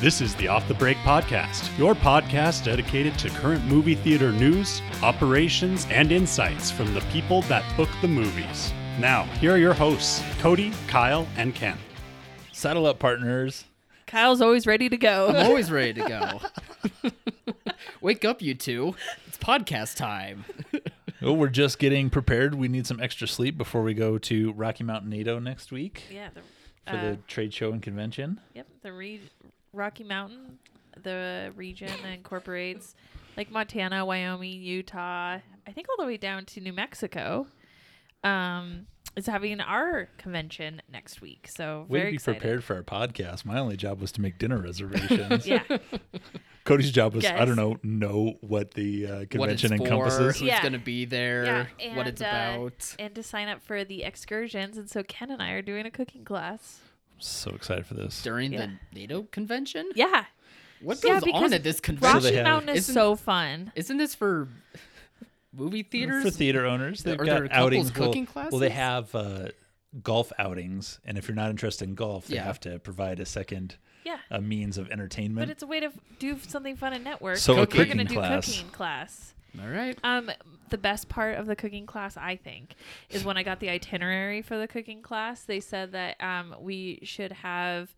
This is the Off the Break Podcast, your podcast dedicated to current movie theater news, operations, and insights from the people that book the movies. Now, here are your hosts, Cody, Kyle, and Ken. Saddle up, partners. Kyle's always ready to go. I'm always ready to go. Wake up, you two. It's podcast time. Oh, we're just getting prepared. We need some extra sleep before we go to Rocky Mountain NATO next week yeah. The, uh, for the trade show and convention. yep. The Rocky Mountain, the region incorporates like Montana, Wyoming, Utah. I think all the way down to New Mexico. Um, is having our convention next week. So Way very to be excited. prepared for our podcast. My only job was to make dinner reservations. Yeah. Cody's job was I Guys. don't know know what the uh, What it's convention for, encompasses. who's Yeah. going to be there, yeah. what it's and, uh, about. and to sign up for the excursions. And so Ken and I are doing a cooking class. So excited for this. During yeah. the NATO convention? Yeah. What Yeah, goes on because at this convention? Rocky have- Mountain is Isn't- so fun. Isn't this for movie theaters? For theater owners, they've Are got there couples outings. cooking well, well, they classes? have uh, golf outings, and if you're not interested in golf, they Yeah. have to provide a second Yeah. a means of entertainment. But it's a way to f- do something fun and network. So a we're cooking gonna do class. cooking class. All right. Um, the best part of the cooking class, I think, is when I got the itinerary for the cooking class. They said that um, we should have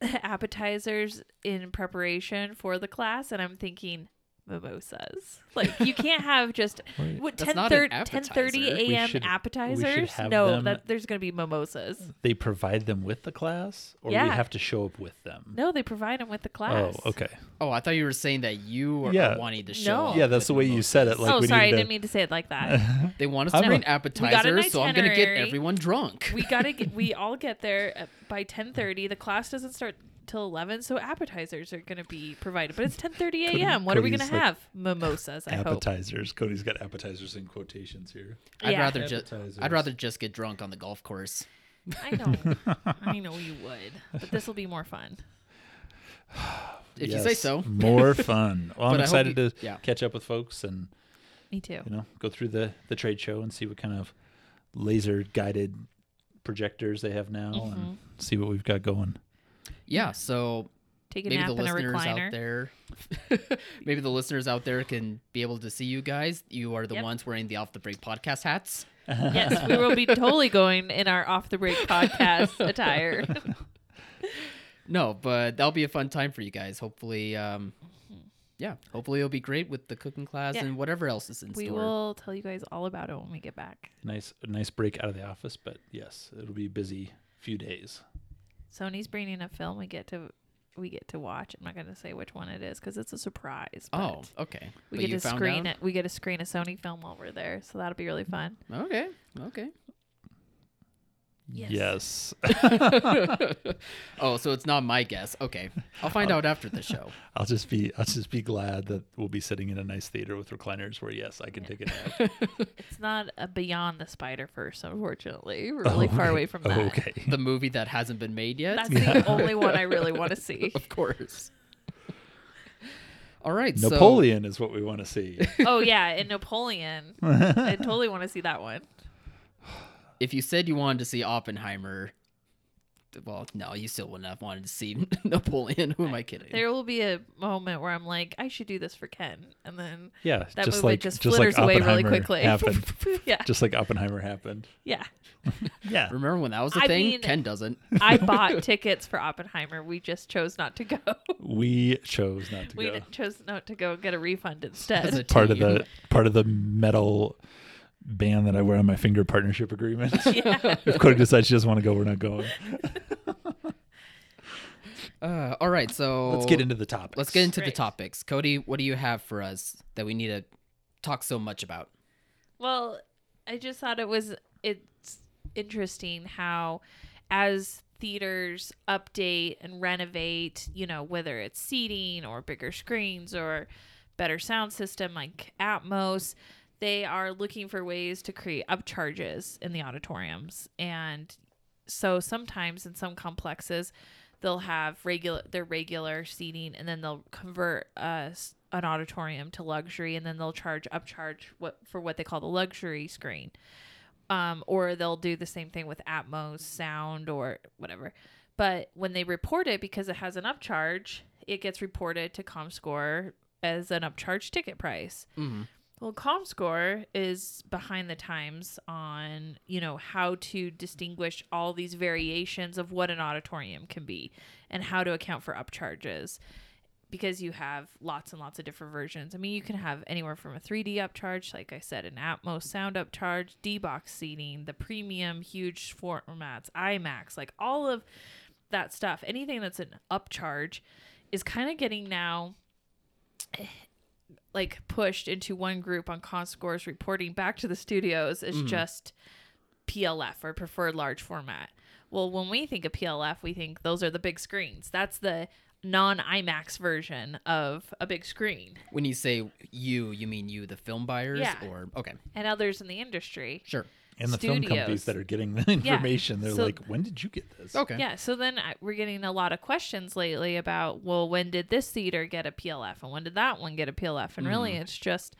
appetizers in preparation for the class, and I'm thinking mimosas. Like you can't have just what That's 10, not an 10:30 appetizer. We a.m. should- we should appetizers. have No, them- Mm. that there's gonna be mimosas. they provide them with the class, or we Yeah. have to show up with them. No, they provide them with the Oh, class. okay. Oh, I thought you were saying that you are Yeah. wanting to show No. up Yeah, that's with the way you mimosas. said it. Like oh, we sorry, I needed didn't mean to say it like that. They want us I'm to bring a- appetizers, so I'm going to get itinerary. everyone drunk. we gotta get we all get there at, by 10.30 the class doesn't start till 11 so appetizers are gonna be provided but it's 10.30 a.m what are we gonna Cody's like, have mimosas i hope appetizers. Cody's got appetizers in quotations here. I'd Yeah. rather just Appetizers. I'd rather just get drunk on the golf course. i know i know you would but this will be more fun If you say so. More fun. Well, I'm But I hope excited you- to yeah. catch up with folks and me too you know go through the the trade show and see what kind of laser guided projectors they have now Mm-hmm. and see what we've got going. Yeah, so take a maybe nap the in a listeners out recliner there maybe the listeners out there can be able to see you guys you are the Yep. ones wearing the off the break podcast hats yes we will be totally going in our off the break podcast attire no but that'll be a fun time for you guys hopefully um yeah hopefully it'll be great with the cooking class Yeah. and whatever else is in we store will tell you guys all about it when we get back Nice nice break out of the office, but yes, it'll be a busy few days. sony's bringing a film we get to we get to watch i'm not gonna say which one it is because it's a surprise but- oh okay We But get you to found screen out? it. We get to screen a Sony film while we're there, so that'll be really Mm. fun. okay okay yes. oh so it's not my guess okay i'll find out after the show I'll just be I'll just be glad that we'll be sitting in a nice theater with recliners where yes, I can take a nap. It's not a Beyond the Spider Verse, unfortunately. We're really far away from that. Oh, okay. the movie that hasn't been made yet That's the only one I really want to see. of course all right so- Napoleon is what we want to see. Oh yeah, and Napoleon. I totally want to see that one. if you said you wanted to see Oppenheimer, well, no, you still wouldn't have wanted to see Napoleon. Who am I kidding? There will be a moment where I'm like, I should do this for Ken, and then Yeah, that just movement like just just like flitters away really Oppenheimer quickly. happened. yeah, just like Oppenheimer happened. yeah. Yeah. Remember when that was a I thing? mean- Ken doesn't. I bought tickets for Oppenheimer. We just chose not to go. We chose not to We go. chose not to go and get a refund As a instead. Part of team. the part of the metal band that I wear on my finger partnership agreement. if Cody decides she doesn't want to go, we're not going. Uh, all right, so Let's get into the topic. Oh. let's get into the Great. topics. Cody, what do you have for us that we need to talk so much about? Well, I just thought it was it's interesting how as theaters update and renovate, you know, whether it's seating or bigger screens or better sound system like Atmos, they are looking for ways to create upcharges in the auditoriums. And so sometimes in some complexes, they'll have regular their regular seating and then they'll convert uh, s- an auditorium to luxury and then they'll charge upcharge what for what they call the luxury screen um, or they'll do the same thing with Atmos sound or whatever. But when they report it, because it has an upcharge, it gets reported to ComScore as an upcharge ticket price. Mhm. Well, ComScore is behind the times on, you know, how to distinguish all these variations of what an auditorium can be and how to account for upcharges because you have lots and lots of different versions. I mean, you can have anywhere from a 3D upcharge, like I said, an Atmos sound upcharge, D box seating, the premium huge formats, IMAX, like all of that stuff. Anything that's an upcharge is kind of getting now like pushed into one group on Comscore's reporting back to the studios is just PLF or preferred large format. Well, when we think of PLF, we think those are the big screens. That's the non IMAX version of a big screen. When you say you, you mean you, the film buyers, Yeah. or okay, And others in the industry. sure, and the film companies Studios. that are getting the information, they're So- like, when did you get this? okay, Yeah. So then I, we're getting a lot of questions lately about, well, when did this theater get a PLF and when did that one get a PLF? And really, it's just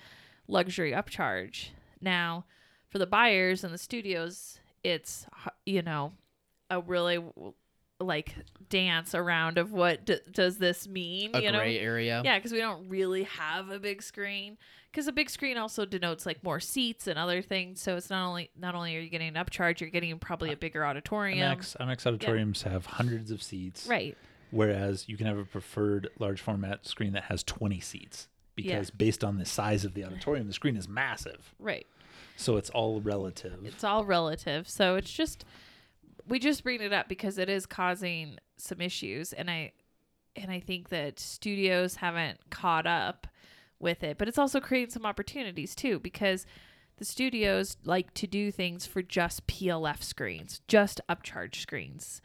luxury upcharge. Now, for the buyers and the studios, it's, h- you know, a really w- like dance around of what d- does this mean? a you know, gray area. Yeah, because we don't really have a big screen. Because a big screen also denotes like more seats and other things. So it's not only not only are you getting an upcharge, you're getting probably a bigger auditorium. IMAX, IMAX auditoriums have hundreds of seats, Right. Whereas you can have a preferred large format screen that has 20 seats because based on the size of the auditorium, the screen is massive. Right. So it's all relative. It's all relative. So it's just we just bring it up because it is causing some issues and I and I think that studios haven't caught up with it. But it's also creating some opportunities too because the studios like to do things for just PLF screens, just upcharge screens.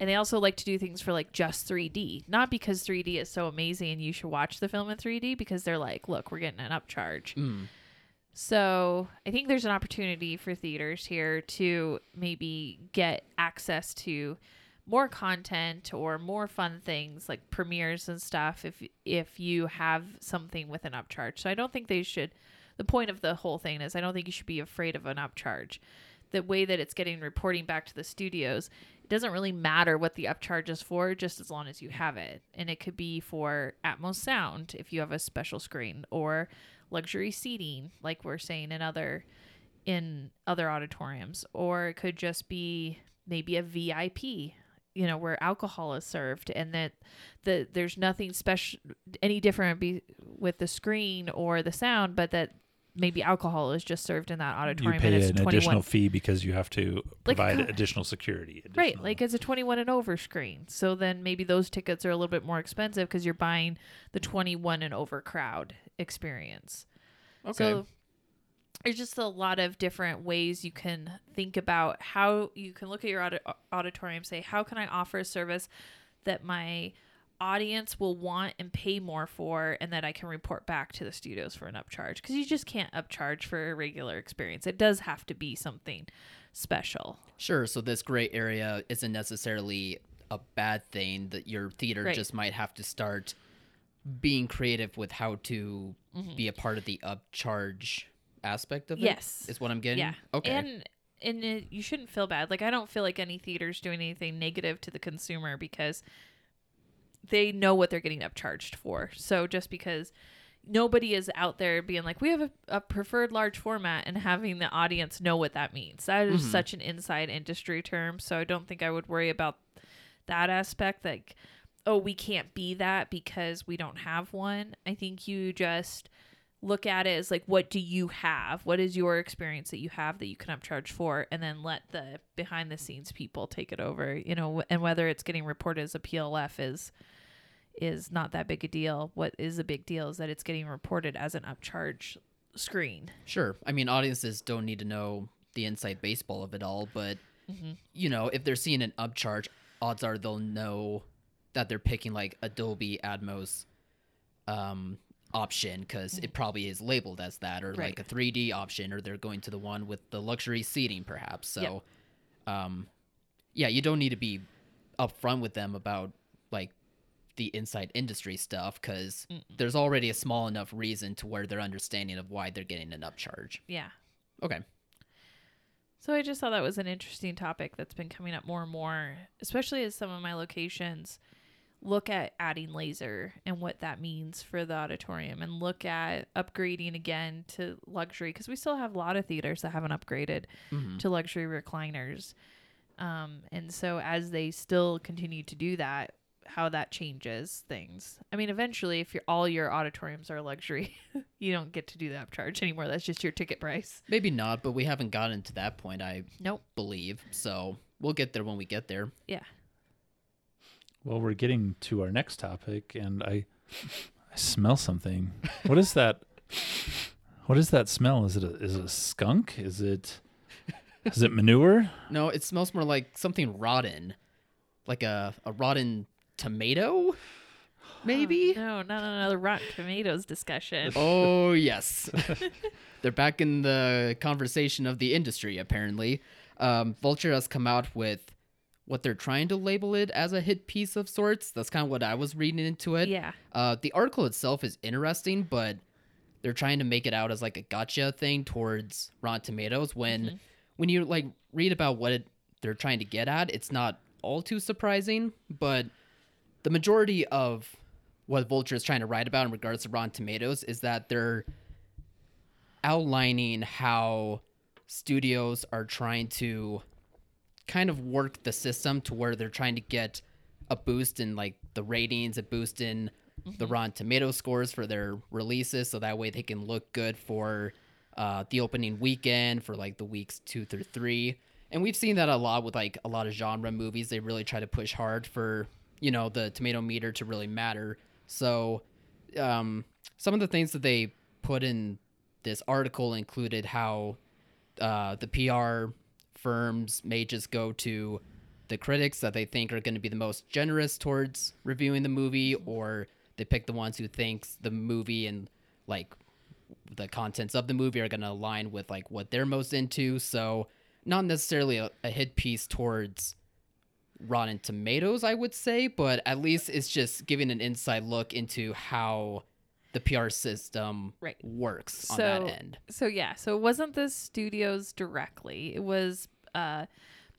And they also like to do things for like just 3D. Not because 3D is so amazing and you should watch the film in 3D because they're like, look, we're getting an upcharge. Mm. So I think there's an opportunity for theaters here to maybe get access to more content or more fun things like premieres and stuff if if you have something with an upcharge. So I don't think they should the point of the whole thing is I don't think you should be afraid of an upcharge. The way that it's getting reporting back to the studios, it doesn't really matter what the upcharge is for, just as long as you have it. And it could be for Atmos sound if you have a special screen or luxury seating, like we're saying in other in other auditoriums, or it could just be maybe a VIP, you know, where alcohol is served and that the there's nothing special any different be, with the screen or the sound, but that maybe alcohol is just served in that you auditorium and pay it's an 21 additional fee because you have to Like a provide car- additional security. Right, additional- like it's a 21 and over screen. So then maybe those tickets are a little bit more expensive because you're buying the 21 and over crowd experience. Okay, So there's just a lot of different ways you can think about how you can look at your audi- auditorium, say, how can I offer a service that my audience will want and pay more for and that I can report back to the studios for an upcharge because you just can't upcharge for a regular experience. It does have to be something special. sure. So this gray area isn't necessarily a bad thing. That your theater Right. just might have to start being creative with how to Mm-hmm. be a part of the upcharge aspect of it. Yes. is what I'm getting. Yeah. Okay. And and it, you shouldn't feel bad. Like I don't feel like any theater's doing anything negative to the consumer because they know what they're getting upcharged for. So just because nobody is out there being like we have a, a preferred large format and having the audience know what that means. That is such an inside industry term, so I don't think I would worry about that aspect like oh, we can't be that because we don't have one. I think you just look at it as like what do you have what is your experience that you have that you can upcharge for and then let the behind the scenes people take it over you know and whether it's getting reported as a plf is is not that big a deal what is a big deal is that it's getting reported as an upcharge screen Sure. I mean, audiences don't need to know the inside baseball of it all, but Mm-hmm. you know, if they're seeing an upcharge, odds are they'll know that they're picking like Adobe Atmos um, option because it probably is labeled as that, or Mm-hmm. Right. like a 3D option, or they're going to the one with the luxury seating, perhaps. So, Yep. um, yeah, you don't need to be upfront with them about like the inside industry stuff because there's already a small enough reason to where they're understanding of why they're getting an upcharge. yeah Okay. So I just thought that was an interesting topic that's been coming up more and more, especially as some of my locations look at adding laser and what that means for the auditorium and look at upgrading again to luxury because we still have a lot of theaters that haven't upgraded to luxury recliners. Um, and so as they still continue to do that, how that changes things. I mean, eventually, if your all your auditoriums are luxury, you don't get to do the upcharge anymore. That's just your ticket price. Maybe not, but we haven't gotten to that point, I Nope. believe. So we'll get there when we get there. Yeah. Well, we're getting to our next topic, and I, I smell something. What is that? What is that smell? Is it a, is it a skunk? Is it is it manure? No, it smells more like something rotten, like a, a rotten tomato, maybe? Oh, No, not another Rotten Tomatoes discussion. Oh, yes. They're back in the conversation of the industry, apparently. Um, Vulture has come out with what they're trying to label it as a hit piece of sorts. That's kind of what I was reading into it. Yeah. Uh, the article itself is interesting, but they're trying to make it out as like a gotcha thing towards Rotten Tomatoes. When when you like read about what it, they're trying to get at, it's not all too surprising. But the majority of what Vulture is trying to write about in regards to Rotten Tomatoes is that they're outlining how studios are trying to kind of work the system to where they're trying to get a boost in like the ratings, a boost in the Rotten Tomato scores for their releases, so that way they can look good for uh, the opening weekend for like the weeks two through three. And we've seen that a lot with like a lot of genre movies. They really try to push hard for you know the tomato meter to really matter. So um, some of the things that they put in this article included how uh, the PR firms may just go to the critics that they think are going to be the most generous towards reviewing the movie, or they pick the ones who thinks the movie and like the contents of the movie are going to align with like what they're most into. So not necessarily a, a hit piece towards Rotten Tomatoes, I would say, but at least it's just giving an inside look into how the PR system Right. works on So- that end. So yeah, so it wasn't the studios directly. It was uh,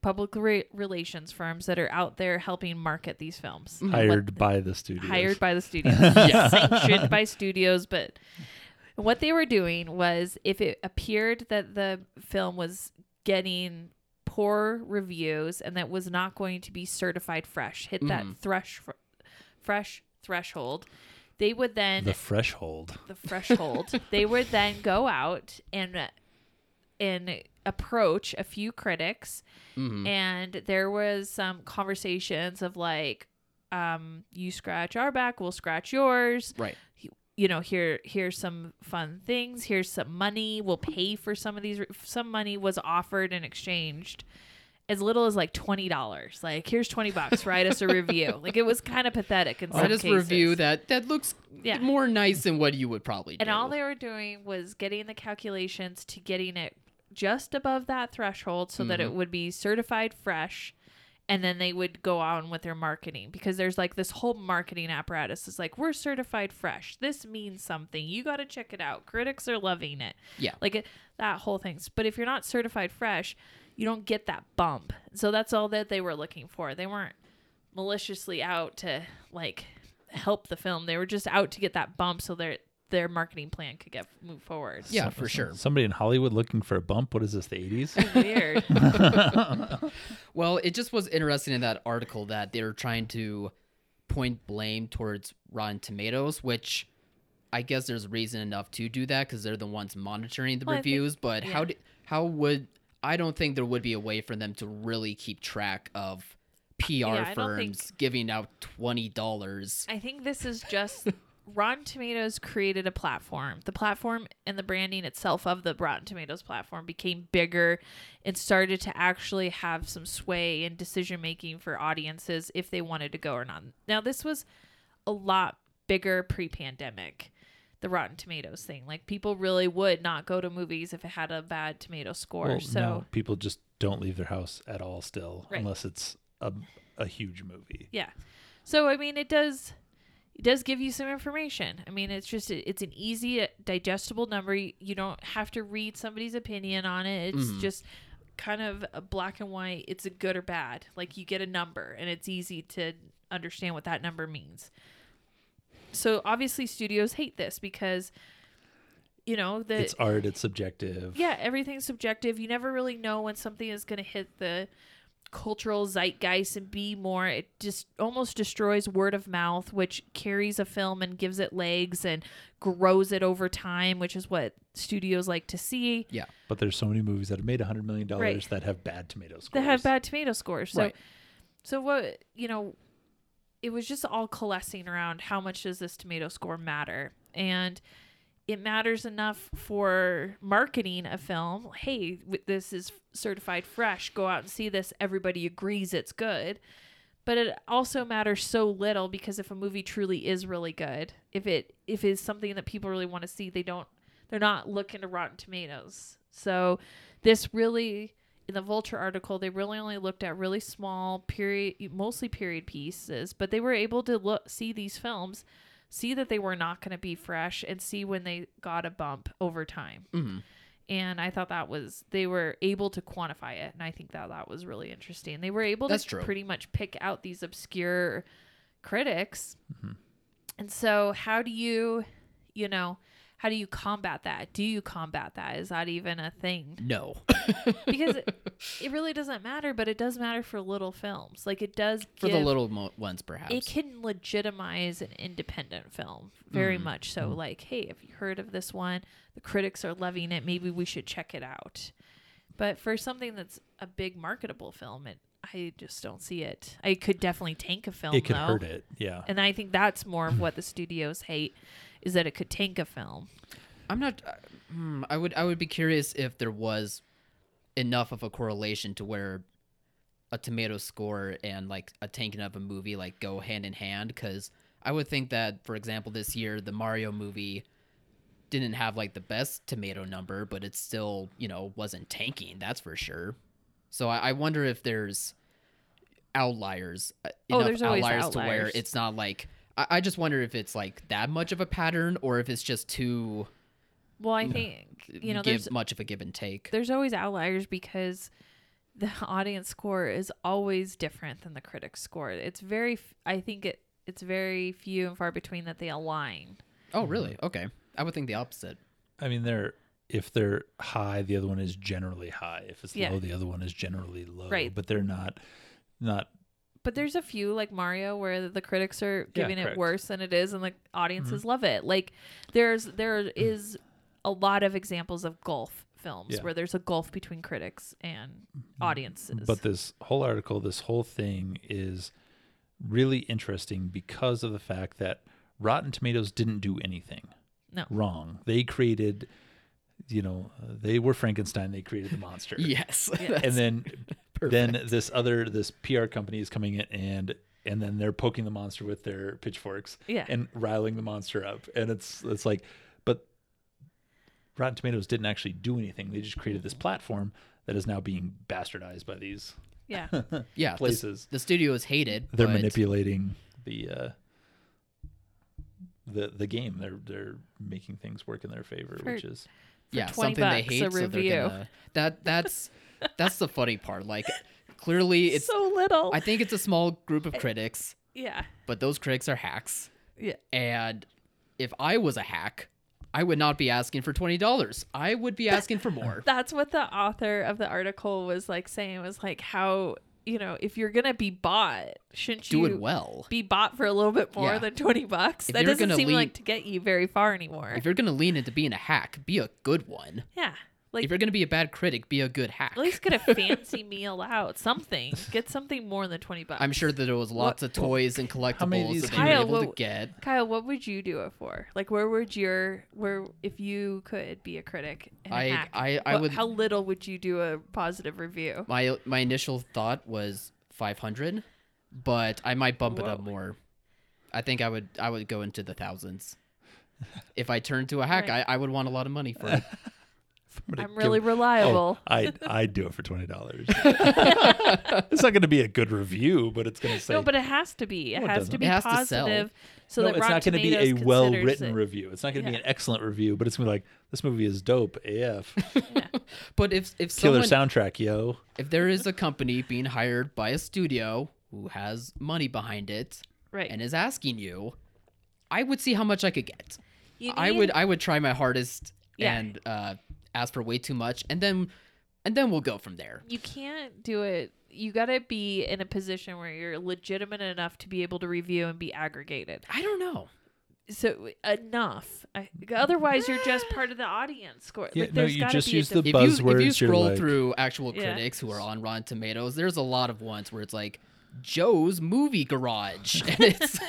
public re- relations firms that are out there helping market these films. Mm-hmm. Hired by the studio. hired by the studios, sanctioned by studios. But what they were doing was if it appeared that the film was getting poor reviews and that was not going to be certified fresh, hit that thresh, fresh threshold, they would then the threshold. the threshold. they would then go out and and approach a few critics, Mm-hmm. and there was some conversations of like, um, "You scratch our back, we'll scratch yours." Right. You know, here here's some fun things. Here's some money. We'll pay for some of these. re- Some money was offered and exchanged. As little as like twenty dollars. Like here's twenty bucks. Write us a review. Like it was kind of pathetic. In some Write us a cases. review that that looks Yeah. more nice than what you would probably do. And all they were doing was getting the calculations to getting it just above that threshold so that it Mm-hmm. would be certified fresh. And then they would go on with their marketing because there's like this whole marketing apparatus. It's like, we're certified fresh. This means something. You got to check it out. Critics are loving it. Yeah. Like it, that whole thing. But if you're not certified fresh, you don't get that bump. So that's all that they were looking for. They weren't maliciously out to like help the film. They were just out to get that bump so their their marketing plan could get move forward. Yeah, for sure. Somebody in Hollywood looking for a bump. What is this? The eighties? Weird. Well, it just was interesting in that article that they were trying to point blame towards Rotten Tomatoes, which I guess there's reason enough to do that because they're the ones monitoring the Well, I think- reviews. but how yeah. do, how would I don't think there would be a way for them to really keep track of PR Yeah, I don't firms think- giving out twenty dollars. I think this is just Rotten Tomatoes created a platform. The platform and the branding itself of the Rotten Tomatoes platform became bigger and started to actually have some sway in decision making for audiences if they wanted to go or not. Now, this was a lot bigger pre pandemic, the Rotten Tomatoes thing. Like, people really would not go to movies if it had a bad tomato score. Well, so, no, people just don't leave their house at all still, Right. unless it's a a huge movie. Yeah. So I mean, it does it does give you some information. I mean, it's just it's an uh, easy digestible number. You you don't have to read somebody's opinion on it. It's just kind of a black and white. It's a good or bad. Like you get a number, and it's easy to understand what that number means. So obviously, studios hate this because, you know, the it's art. It's subjective. Uh, yeah, everything's subjective. You never really know when something is going to hit the cultural zeitgeist and be more. It just almost destroys word of mouth, which carries a film and gives it legs and grows it over time, which is what studios like to see Yeah. But there's so many movies that have made hundred million dollars Right. that have bad tomato scores. that have bad tomato scores. So, Right. so what you know, it was just all coalescing around how much does this tomato score matter and. It matters enough for marketing a film. Hey, w- this is certified fresh. Go out and see this. Everybody agrees it's good. But it also matters so little because if a movie truly is really good, if it if it's something that people really want to see, they don't they're not looking to Rotten Tomatoes. So this really in the Vulture article, they really only looked at really small period mostly period pieces, but they were able to look see these films, see that they were not going to be fresh and see when they got a bump over time. Mhm. And I thought that was they were able to quantify it and I think that that was really interesting. They were able That's to true. pretty much pick out these obscure critics. Mm-hmm. And so, how do you, you know, how do you combat that? Do you combat that? Is that even a thing? No. Because it, it really doesn't matter, but it does matter for little films. Like it does For the give- little mo- ones, perhaps. it can legitimize an independent film Mm-hmm. very much so like hey have you heard of this one the critics are loving it maybe we should check it out but for something that's a big marketable film it i just don't see it i could definitely tank a film It could though hurt it. Yeah. and i think that's more of what the studios hate is that it could tank a film I'm not. Uh, hmm, I would. I would be curious if there was enough of a correlation to where a tomato score and like a tanking of a movie like go hand in hand. Because I would think that, for example, this year the Mario movie didn't have like the best tomato number, but it still you know wasn't tanking. That's for sure. So I, I wonder if there's outliers. uh, Oh, enough there's always outliers to where outliers. it's not like. I, I just wonder if it's like that much of a pattern, or if it's just too well i think you know there's give much of a give and take. there's always outliers because the audience score is always different than the critic score. It's very, f- I think it it's very few and far between that they align. Oh, really? Okay. I would think the opposite. I mean, they're if they're high, the other one is generally high. If it's Yeah. low, the other one is generally low. Right. But they're not not But there's a few like Mario where the critics are Yeah, giving it correct. Mm-hmm. worse than it is, and the audiences love it. Like there's there is a lot of examples of golf films Yeah. Mm-hmm. where there's a gulf between critics and audiences. But this whole article, this whole thing is really interesting because of the fact that Rotten Tomatoes didn't do anything No. wrong. They created, you know, uh, they were Frankenstein. They created the monster. Yes. And then, then this other this PR company is coming in and and then they're poking the monster with their pitchforks. Yeah. And riling the monster up, and it's it's like, but Rotten Tomatoes didn't actually do anything. They just created this platform that is now being bastardized by these yeah, yeah. the- places. The, studios hate it. they're but manipulating the uh, the the game. They're they're making things work in their favor, For- which is Yeah, 20 something they bucks, hate. a so they're review. gonna, that that's that's the funny part. Like, clearly, it's. so little. I think it's a small group of critics, yeah, but those critics are hacks. yeah. And if I was a hack, I would not be asking for twenty dollars. I would be asking for more. that's what the author of the article was like saying was like how you know if you're gonna be bought shouldn't Do you it well. be bought for a little bit more Yeah. than 20 bucks If that you're doesn't gonna seem lean- like to get you very far anymore If you're gonna lean into being a hack, be a good one. yeah like if you're gonna be a bad critic, be a good hack. at least get a fancy meal out something get something more than 20 bucks I'm sure that there was lots of toys and How many of collectibles these that they can were you- Kyle, able to what- get. kyle what would you do it for like where would your where if you could be a critic and a I- hack, I- I what- would- how little would you do a positive review My my initial thought was 500, but I might bump it up Whoa. more. I think I would I would go into the thousands. If I turned to a hack, I, I would want a lot of money for it. gonna I'm give- really reliable. Oh, I I'd do it for twenty dollars. it's not going to be a good review, but it's going to say no, but it has to be. It No, it has doesn't. to It be has to sell. positive. So no, that it's Rotten not going to be Tomatoes a considers well-written it- review. It's not going to Yeah. be an excellent review, but it's going to be like this movie is dope AF. But if if Killer someone soundtrack, yo. if there is a company being hired by a studio who has money behind it Right. and is asking you, I would see how much I could get. You I need- would I would try my hardest Yeah. and uh, ask for way too much, and then and then we'll go from there. You can't do it. You got to be in a position where you're legitimate enough to be able to review and be aggregated. I don't know. So enough. I, otherwise, you're just part of the audience score. Yeah, like, no, there's you gotta just be a use the diff- If you if Buzzwords, you you're scroll like- through actual Yeah. critics who are on Rotten Tomatoes, there's a lot of ones where it's like Joe's Movie Garage, and it's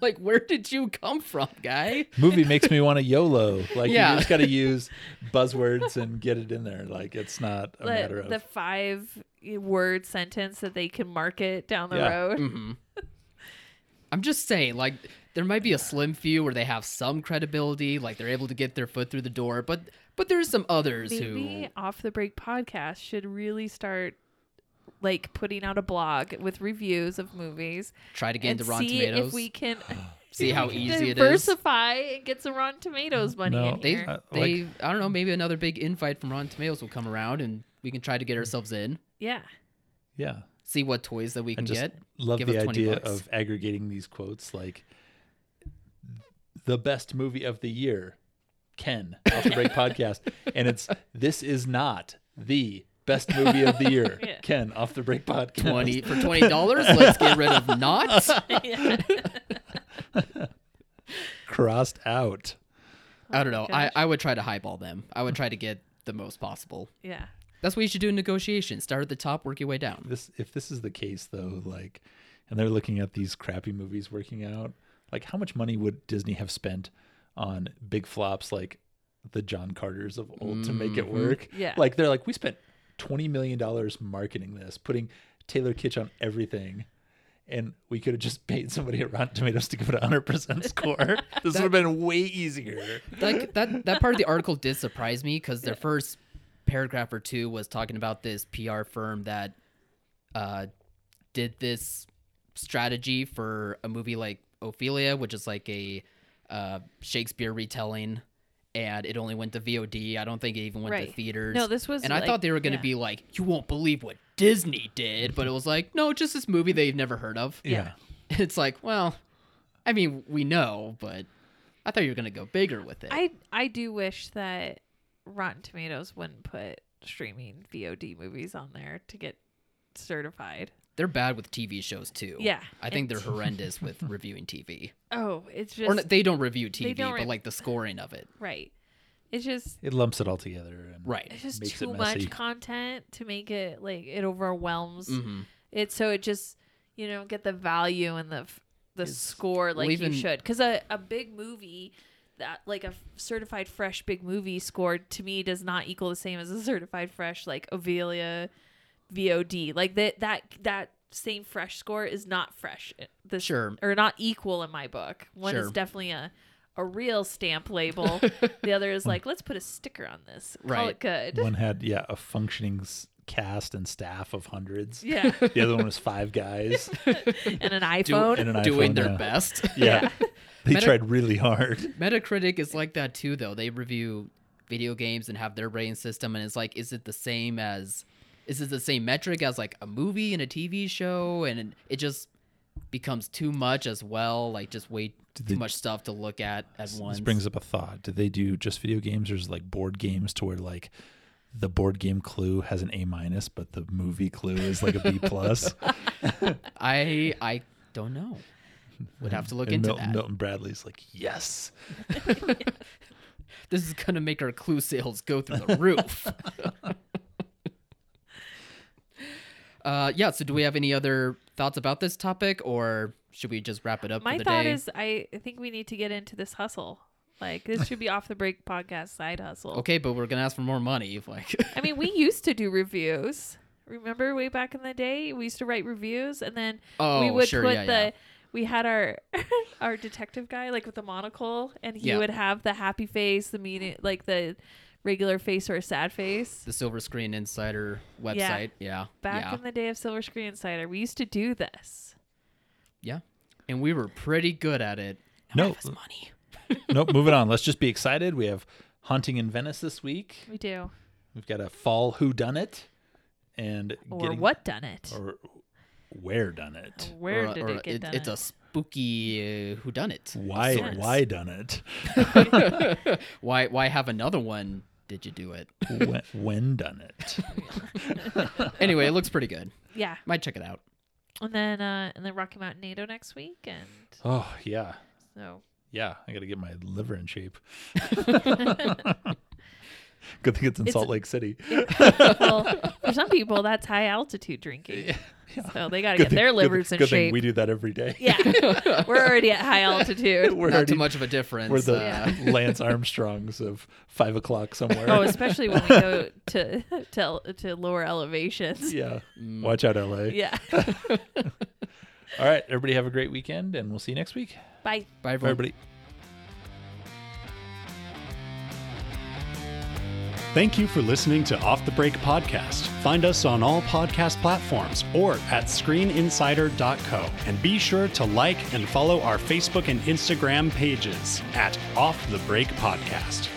like, where did you come from, guy? Movie makes me want to YOLO. Like Yeah. you just got to use buzzwords and get it in there. Like it's not a matter the, of the five word sentence that they can market down the Yeah. road. I'm just saying, like, there might be a slim few where they have some credibility, like they're able to get their foot through the door, but but there's some others who Maybe Off the Break podcast should really start like putting out a blog with reviews of movies try to get and into Rotten see Tomatoes, if we can see how easy it is. diversify and get some Rotten Tomatoes money No. in They, here. Uh, they, I don't know, maybe another big invite from Rotten Tomatoes will come around, and we can try to get ourselves in, yeah, yeah. see what toys that we I can just get. love Give the us 20 idea bucks. of aggregating these quotes like the best movie of the year, Ken, off the break podcast. And it's this is not the best movie of the year, Yeah. Ken, off the break podcast. Twenty for twenty dollars. let's get rid of not. Oh Crossed out. I don't know. gosh. I, I would try to highball them. I would try to get the most possible. yeah. That's what you should do in negotiations. Start at the top, work your way down. This if this is the case though, like and they're looking at these crappy movies working out, like how much money would Disney have spent on big flops like the John Carters of old to make it work? Yeah. Like they're like, we spent twenty million dollars marketing this, putting Taylor Kitsch on everything. And we could have just paid somebody at Rotten Tomatoes to give it a hundred percent score. This would have been way easier. like that that part of the article did surprise me because their first paragraph or two was talking about this PR firm that uh, did this strategy for a movie like Ophelia, which is like a uh, Shakespeare retelling, and it only went to VOD. I don't think it even went to Right. theaters. No, this was and I like- thought they were going to yeah. be like, you won't believe what Disney did, but it was like, no, just this movie they've never heard of. Yeah. It's like, well, I mean, we know, but I thought you were going to go bigger with it. I I do wish that Rotten Tomatoes wouldn't put streaming VOD movies on there to get certified. They're bad with TV shows too. Yeah. I think they're horrendous with reviewing TV. Oh, it's just Or n- they don't review TV, don't re- but like the scoring of it. right. It's just It lumps it all together and Right. it's just makes it too messy. much content to make it like it overwhelms Mm-hmm. it so it just you know get the value and the f- the score like even- you should because a, a big movie that like a f- certified fresh big movie score to me does not equal the same as a certified fresh like Ovelia VOD like that that that same fresh score is not fresh the Sure. or not equal in my book one is Sure. definitely a a real stamp label the other is like let's put a sticker on this call Right. it good One had yeah a functioning s- cast and staff of hundreds. yeah The other one was five guys and an iphone and an Doing iPhone, their yeah. best. Yeah, they Meta- tried really hard. Metacritic is like that too, though. They review video games and have their rating system, and it's like, is it the same as, is it the same metric as like a movie and a TV show? And it just becomes too much as well, like just way they- too much stuff to look at at once. This brings up a thought: Do they do just video games, or is it like board games to where like the board game Clue has an A minus, but the movie Clue is like a B plus? I I don't know. Would have to look And into Milton, that. Milton Bradley's like, yes, This is gonna make our clue sales go through the roof. uh, yeah. So, do we have any other thoughts about this topic, or should we just wrap it up? my for the thought day? is I, I think we need to get into this hustle like this should be off the break podcast side hustle okay, but we're gonna ask for more money. if, Like, i mean we used to do reviews remember way back in the day we used to write reviews and then we Oh, would sure, put yeah, the yeah. we had our our detective guy like with the monocle and he Yeah. would have the happy face the meaning like the regular face or sad face. the Silver Screen Insider website. Yeah. Back yeah. in the day of Silver Screen Insider, we used to do this. yeah. And we were pretty good at it. No, Money. nope. Moving on. Let's just be excited. We have hunting in Venice this week. We do. We've got a fall who done it, and Or getting, what done it? or where done it. Where Or- did or it get done? It's a spooky uh, whodunit. of Why sorts. why done it? why why have another one? Did you do it? when, when done it? anyway, it looks pretty good. yeah. Might check it out. And then uh and then Rocky Mountain NATO next week and Oh yeah, so yeah. I got to get my liver in shape. Good thing it's in It's- Salt Lake City. well, for some people that's high altitude drinking. So they gotta Good get thing- their good- livers in good shape. Thing we do that every day. yeah. We're already at high altitude. We're Not already- too much of a difference. We're the uh, Lance Armstrongs of five o'clock somewhere. Oh, especially when we go to to to lower elevations. yeah. Watch out, LA. Mm. Yeah. All right. Everybody have a great weekend, and we'll see you next week. Bye. Bye, Bye, everyone. everybody. Thank you for listening to Off the Break Podcast. Find us on all podcast platforms or at screeninsider.co. And be sure to like and follow our Facebook and Instagram pages at Off the Break Podcast.